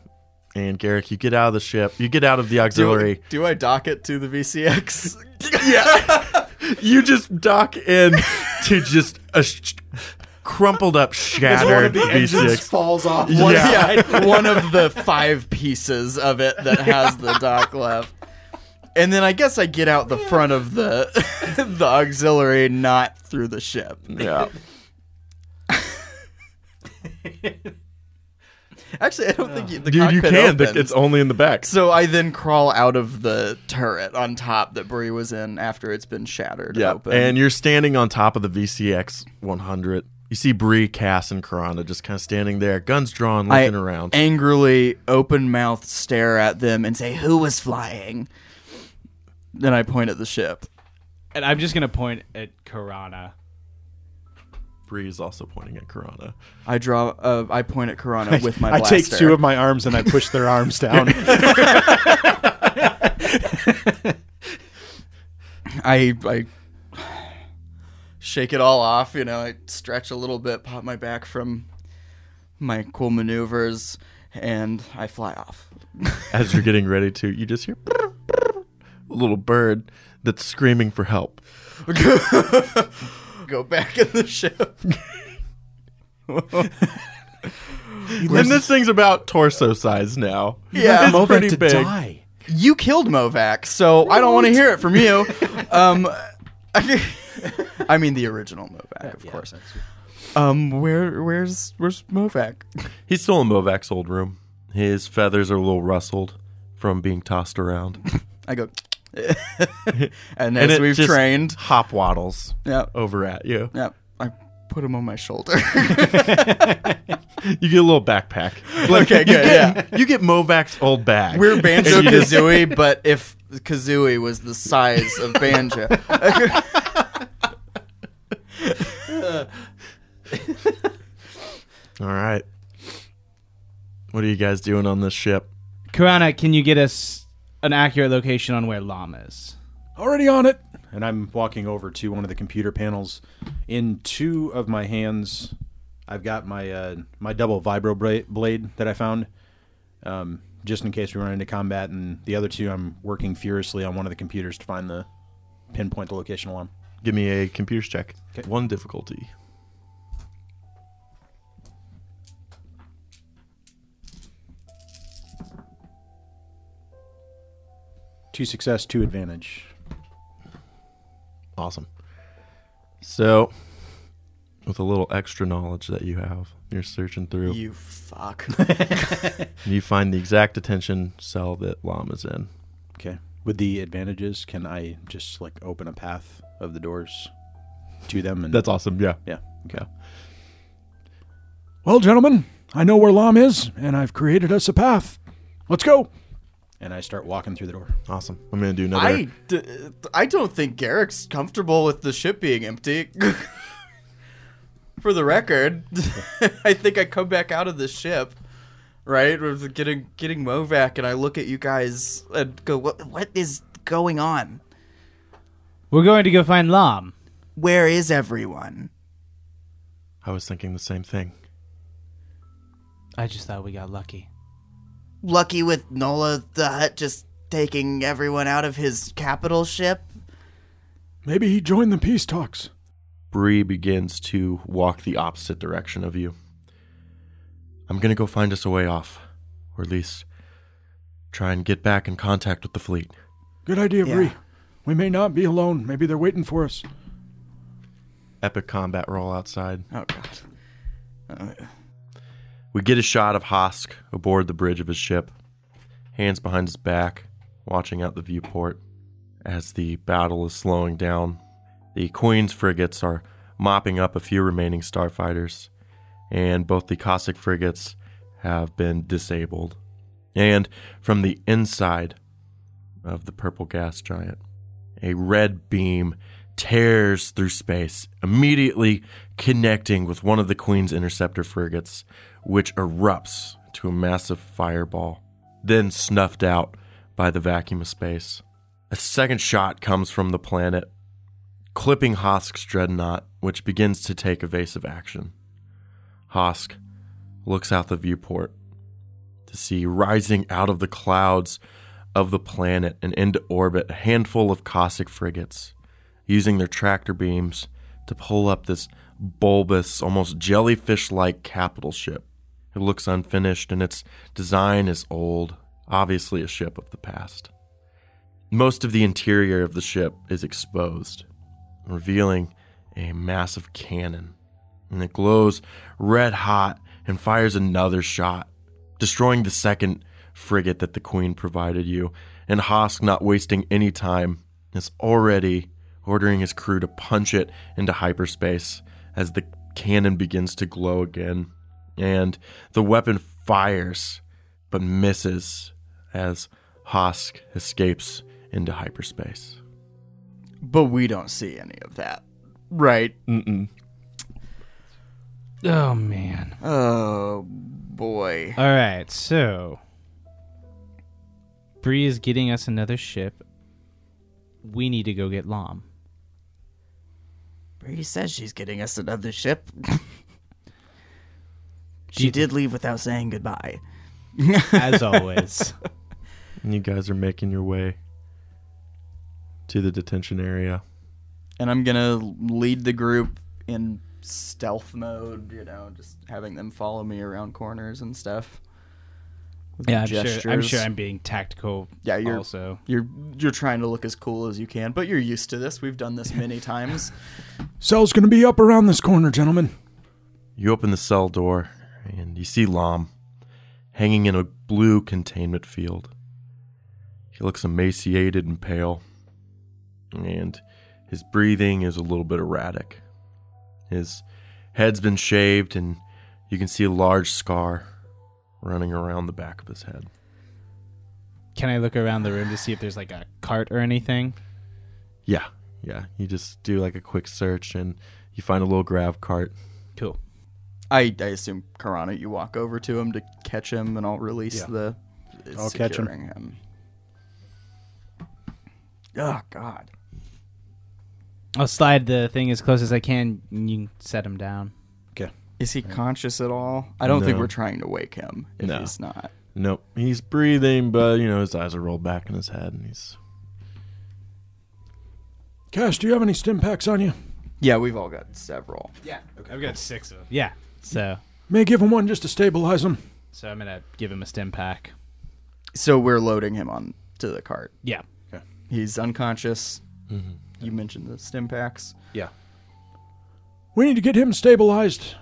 And Garrick, you get out of the ship. You get out of the
do,
auxiliary.
do I dock it to the VCX?
you just dock in to just a sh- crumpled up, shattered V6.
falls off.
One,
Yeah.
yeah, one of the five pieces of it that has the dock left. And then I guess I get out the front of the the auxiliary, not through the ship.
Yeah.
Actually, I don't think you, the
Dude, you
cockpit
can. The-
opens.
It's only in the back.
So I then crawl out of the turret on top that Bree was in after it's been shattered
Yeah.
open.
And you're standing on top of the VCX 100. You see Bree, Cass, and Karana just kind of standing there, guns drawn,
I
looking around.
angrily open mouthed stare at them and say, Who was flying? Then I point at the ship.
And I'm just gonna point at Karana.
Bree is also pointing at Karana.
I draw. Uh, I point at Corona with my
I
blaster.
take two of my arms and I push their arms down.
I, I shake it all off, you know, I stretch a little bit, pop my back from my cool maneuvers, and I fly off.
As you're getting ready to, you just hear a little bird that's screaming for help.
Go back in the ship.
and this thing's about torso size now.
Yeah.
it's pretty big.
You killed Movac, so I don't want to hear it from you. Um, I, I mean the original Movac, of course. Um, where where's where's Movac?
He's still in Movac's old room. His feathers are a little rustled from being tossed around.
I go, and as
it
we've
just Oh.
trained,
hop waddles
yeah,
over at you.
yeah, I put him on my shoulder.
You get a little backpack. Like,
Okay,
you
good,
Get, You get Movac's old bag.
We're Banjo
And you just-
Kazooie, but if Kazooie was the size of Banjo.
All right. What are you guys doing on this ship?
Karana, can you get us an accurate location on where Lam is?
Already on it. And I'm walking over to one of the computer panels. In two of my hands, I've got my uh, my double vibro bra- blade that I found, um, just in case we run into combat. And the other two, I'm working furiously on one of the computers to find the pinpoint the location alarm.
Give me a computer's check.
'Kay.
One difficulty.
Two success, two advantage.
Awesome. So, with a little extra knowledge that you have, you're searching through.
You fuck.
and you find the exact detention cell that Llama's in.
Okay. With the advantages, can I just like open a path of the doors to them? And
That's awesome. Yeah.
yeah. Okay.
Well, gentlemen, I know where Lam is, and I've created us a path. Let's go.
And I start walking through the door.
Awesome. I'm going to do another.
I, d- I don't think Garrick's comfortable with the ship being empty. For the record, I think I come back out of the ship, right? With getting getting Movac, and I look at you guys and go, "What what is going on?
We're going to go find Lam.
Where is everyone?"
I was thinking the same thing.
I just thought we got lucky.
Lucky with Nola the Hut just taking everyone out of his capital ship.
Maybe he joined the peace talks.
Bree begins to walk the opposite direction of you. I'm going to go find us a way off, or at least try and get back in contact with the fleet.
Good idea,
Yeah.
Bree. We may not be alone. Maybe they're waiting for us.
Epic combat roll outside.
Oh God.
We get a shot of Hosk aboard the bridge of his ship, hands behind his back, watching out the viewport. As the battle is slowing down, the Queen's frigates are mopping up a few remaining starfighters, and both the Cossack frigates have been disabled. And from the inside of the purple gas giant, a red beam tears through space, immediately connecting with one of the Queen's interceptor frigates, which erupts to a massive fireball, then snuffed out by the vacuum of space. A second shot comes from the planet, clipping Hosk's dreadnought, which begins to take evasive action. Hosk looks out the viewport to see rising out of the clouds of the planet and into orbit a handful of Cossack frigates, using their tractor beams to pull up this bulbous, almost jellyfish like capital ship. It looks unfinished and its design is old, obviously, a ship of the past. Most of the interior of the ship is exposed, revealing a massive cannon, and it glows red hot and fires another shot, destroying the second frigate that the Queen provided you. And Hosk, not wasting any time, is already ordering his crew to punch it into hyperspace as the cannon begins to glow again. And the weapon fires but misses as Hosk escapes into hyperspace.
But we don't see any of that, right?
Oh man.
Oh boy.
All right, so Bree is getting us another ship. We need to go get Lam.
Bree says she's getting us another ship.
Do
she
you-
did leave without saying goodbye.
as always.
And you guys are making your way to the detention area.
And I'm gonna lead the group in stealth mode, you know, just having them follow me around corners and stuff. With
Yeah, I'm sure. I'm
gestures.
sure I'm being tactical.
Yeah, you're-
also.
You're you're trying to look as cool as you can, but you're used to this. We've done this many times.
Cell's gonna be up around this corner, gentlemen.
You open the cell door and you see Lom hanging in a blue containment field. He looks emaciated and pale, and his breathing is a little bit erratic. His head's been shaved, and you can see a large scar running around the back of his head.
Can I look around the room to see if there's like a cart or anything?
Yeah, yeah. You just do like a quick search and you find a little grav cart.
Cool.
I, I assume Karana, you walk over to him to catch him, and I'll release the.
I'll catch him.
securing him. Oh God.
I'll slide the thing as close as I can. And you can set him down.
Okay.
Is he conscious at all? I don't think
No.
we're trying to wake him if
No.
he's not.
Nope, he's breathing, but you know his eyes are rolled back in his head, and he's
Cash, do you have any stim packs on you?
Yeah, we've all got several.
Yeah. Okay. I've got six of them. Yeah. So,
May give him one just to stabilize him.
so I'm gonna give him a stim pack.
So we're loading him on to the cart.
Yeah.
He's unconscious.
Mm-hmm.
You mentioned the stim packs.
Yeah.
We need to get him stabilized.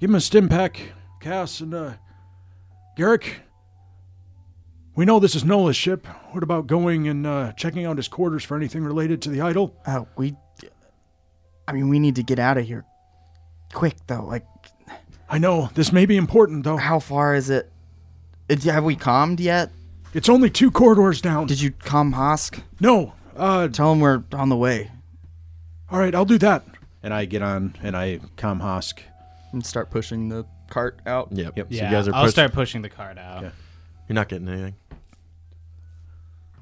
Give him a stim pack, Cass and uh, Garrick. We know this is Nola's ship. What about going and uh, checking out his quarters for anything related to the idol?
Uh,
Oh, we. I mean, we need to get out of here. Quick, though. Like,
I know this may be important, though.
how far is it? Is- Have we calmed yet?
It's only two corridors down.
Did you calm Hosk?
no. Uh,
Tell him we're on the way.
all right, I'll do that.
And I get on and I calm Hosk.
And start pushing the cart out.
Yep.
Yep.
So
Yeah,
you guys are
I'll
push-
start pushing the card out.
Okay.
You're not getting anything.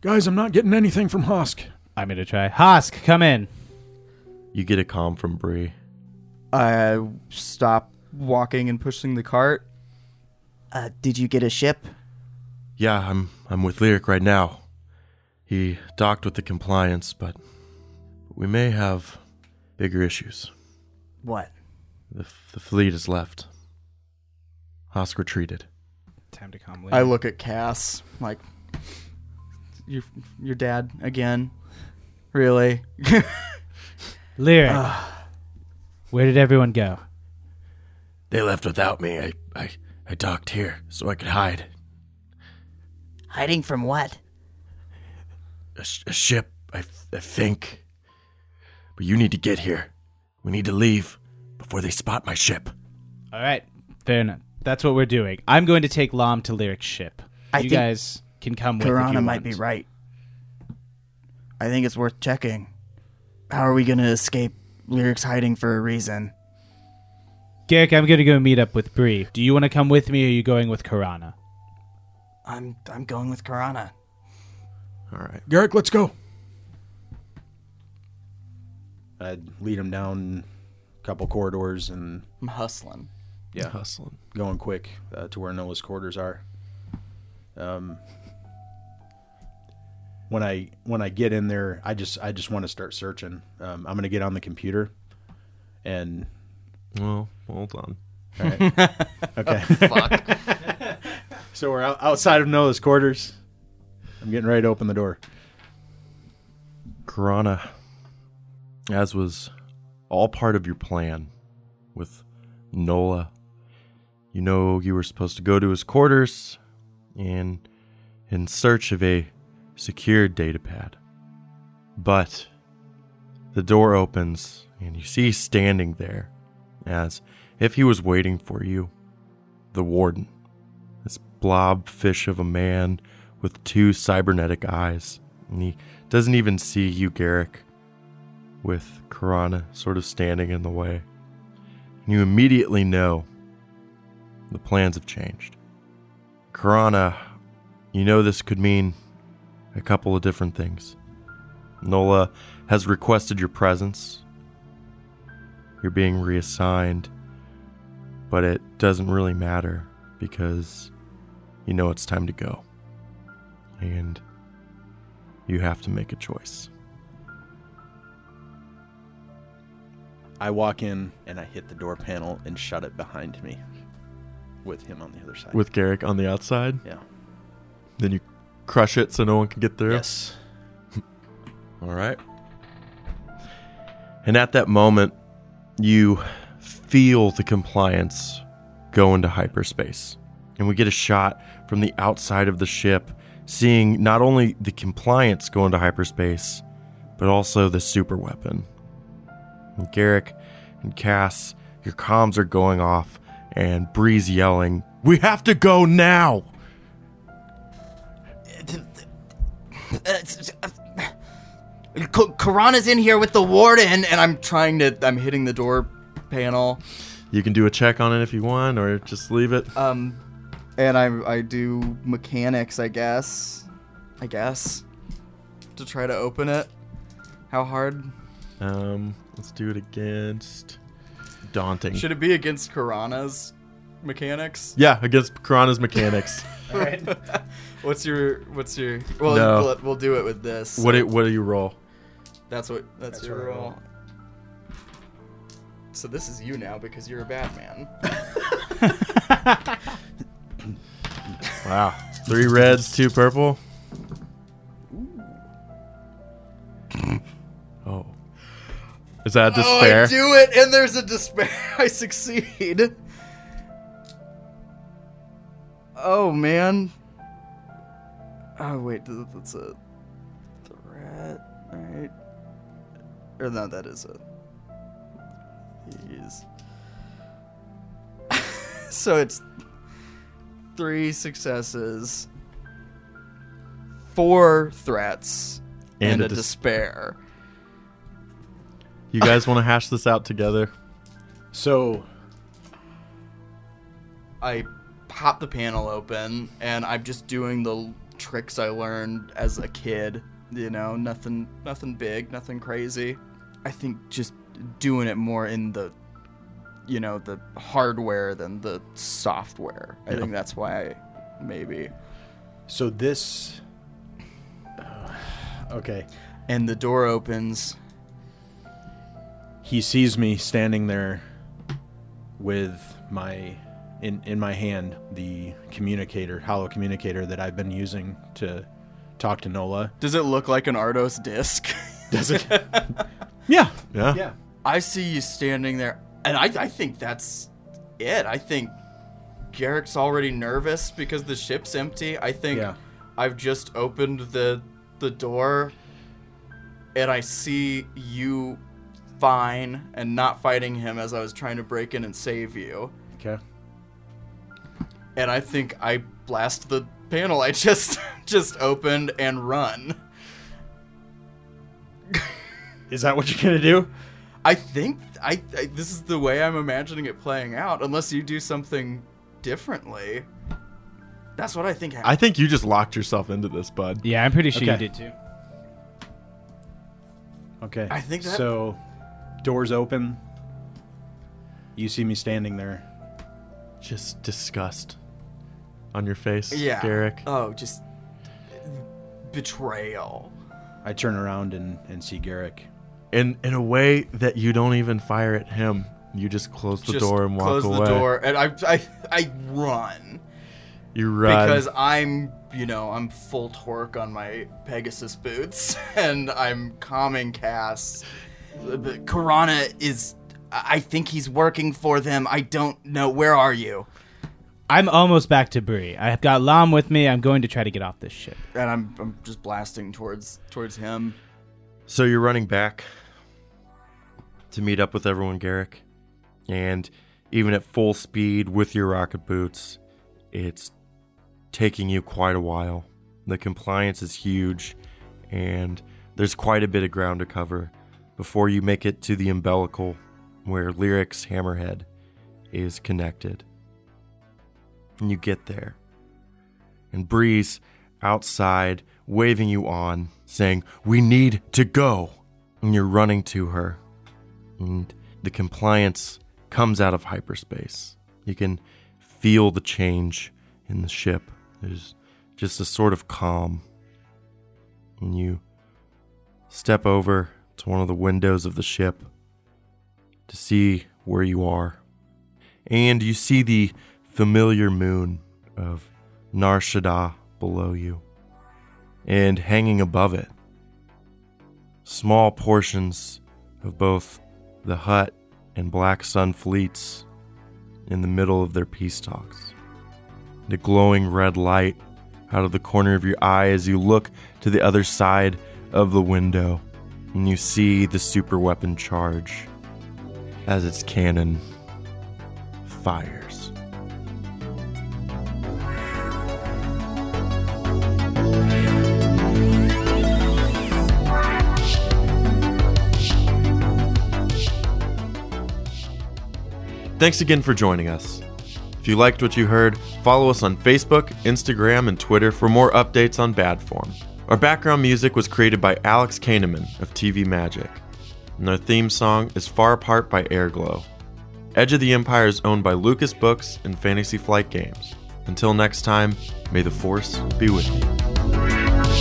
Guys, I'm not getting anything from Hosk.
I'm gonna try. Hosk, come in.
You get a calm from Bree.
I stop walking and pushing the cart.
Uh, did you get a ship?
Yeah, I'm I'm with Lyric right now. He docked with the compliance, but we may have bigger issues.
What?
The, f- the fleet is left. Hosk retreated.
Time to calm.
I look at Cass like your your dad again. Really?
Lyric. Where did everyone go?
They left without me. I, I, I docked here so I could hide.
Hiding from what?
A, sh- a ship, I, th- I think. But you need to get here. We need to leave before they spot my ship.
All right, fair enough. That's what we're doing. I'm going to take Lom to Lyric's ship.
I
you
think
guys can come with. if you
Karana might
want.
be right. I think it's worth checking. How are we going to escape Lyric's hiding for a reason?
Garrick, I'm going to go meet up with Bree. Do you want to come with me, or are you going with Karana?
I'm I'm going with Karana.
All right.
Garrick, let's go.
I lead him down a couple corridors and
I'm hustling.
yeah,
Hustling.
going quick uh, to where Nola's quarters are. Um, when I when I get in there, I just I just want to start searching. Um, I'm gonna get on the computer, and
Well, hold on.
okay. so we're out, outside of Nola's quarters. I'm getting ready to open the door.
Karana, as was all part of your plan with Nola, you know you were supposed to go to his quarters and in search of a secured data pad. But the door opens and you see standing there, as if he was waiting for you, the warden. This blob fish of a man with two cybernetic eyes. And he doesn't even see you, Garrick, with Karana sort of standing in the way. And you immediately know the plans have changed. Karana, you know this could mean a couple of different things. Nola has requested your presence. You're being reassigned, but it doesn't really matter because you know it's time to go. And you have to make a choice.
I walk in and I hit the door panel and shut it behind me, with him on the other side.
With Garrick on the outside,
yeah.
then you crush it so no one can get through.
Yes.
All right. And at that moment, you feel the compliance go into hyperspace. And we get a shot from the outside of the ship, seeing not only the compliance go into hyperspace, but also the super weapon. And Garrick and Cass, your comms are going off, and Bree's yelling, We have to go now!
Karana's in here with the warden, and I'm trying to. I'm hitting the door panel,
You can do a check on it if you want, or just leave it.
um, and I I do mechanics, I guess, I guess, to try to open it. How hard
Um, let's do it against daunting.
should it be against Karana's mechanics?
yeah, against Piranha's mechanics.
What's your What's your? Well,
No.
we'll, we'll do it with this.
what do, what do you roll?
That's what. That's, your role. So this is you now because you're a bad man.
Wow, three reds, two purple. Oh. Is that a
Oh,
despair?
I do it, and there's a despair. I succeed. Oh man. Oh wait, th- that's a threat, right? Or no, that is a. Jeez. so it's three successes, four threats,
And
and,
a
a
des-
despair.
You guys want to hash this out together?
So
I pop the panel open and I'm just doing the l- tricks I learned as a kid. You know, nothing, nothing big, nothing crazy. I think just doing it more in the, you know, the hardware than the software. I think that's why, I, maybe.
so this. uh, okay.
And the door opens.
he sees me standing there with my in in my hand the communicator hollow communicator that i've been using to talk to nola
Does it look like an Ardos disc?
does it yeah
Yeah.
yeah
I see you standing there, and I, I think that's it. I think Garrick's already nervous because the ship's empty. I think
Yeah.
I've just opened the the door, and I see you fine and not fighting him as I was trying to break in and save you.
okay
And I think I blast the panel I just just opened and run.
is that what you're gonna do
I think I, I this is the way I'm imagining it playing out, unless you do something differently. That's what I think
I
happened.
think you just locked yourself into this, bud.
Yeah, I'm pretty sure you
Okay.
did too.
okay
I think that-
so doors open you see me standing there
Just disgust on your face,
yeah.
Garrick.
Oh, just betrayal.
i turn around and and see garrick
in in a way that you don't even fire at him. You just close the
just
door and walk
close
away.
the door, and I I I run
You run.
because I'm you know I'm full torque on my Pegasus boots, and I'm calming Cass. But Karana is. I I think he's working for them. I don't know. Where are you?
I'm almost back to Bree. I've got Lam with me. I'm going to try to get off this ship.
and I'm, I'm just blasting towards towards him.
so you're running back to meet up with everyone, Garrick. And even at full speed with your rocket boots, it's taking you quite a while. The compliance is huge, and there's quite a bit of ground to cover before you make it to the umbilical where Lyric's hammerhead is connected. And you get there. And Breeze outside waving you on, saying, We need to go. And you're running to her. And the compliance comes out of hyperspace. You can feel the change in the ship. There's just a sort of calm. And you step over to one of the windows of the ship to see where you are. And you see the familiar moon of Nar Shaddaa below you. And hanging above it, small portions of both the Hut and Black Sun fleets in the middle of their peace talks. The glowing red light out of the corner of your eye as you look to the other side of the window and you see the super weapon charge as its cannon fires. Thanks again for joining us. If you liked what you heard, follow us on Facebook, Instagram, and Twitter for more updates on Bad Form. Our background music was created by Alex Kahneman of TV Magic, and our theme song is Far Apart by Airglow. Edge of the Empire is owned by Lucas Books and Fantasy Flight Games. Until next time, may the Force be with you.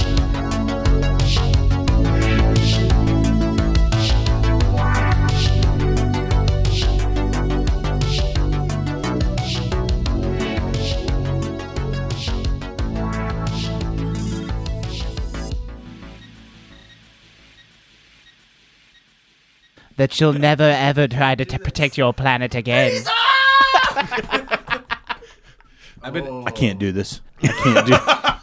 that she'll never ever try to t- protect your planet again.
I can't do this. I can't do.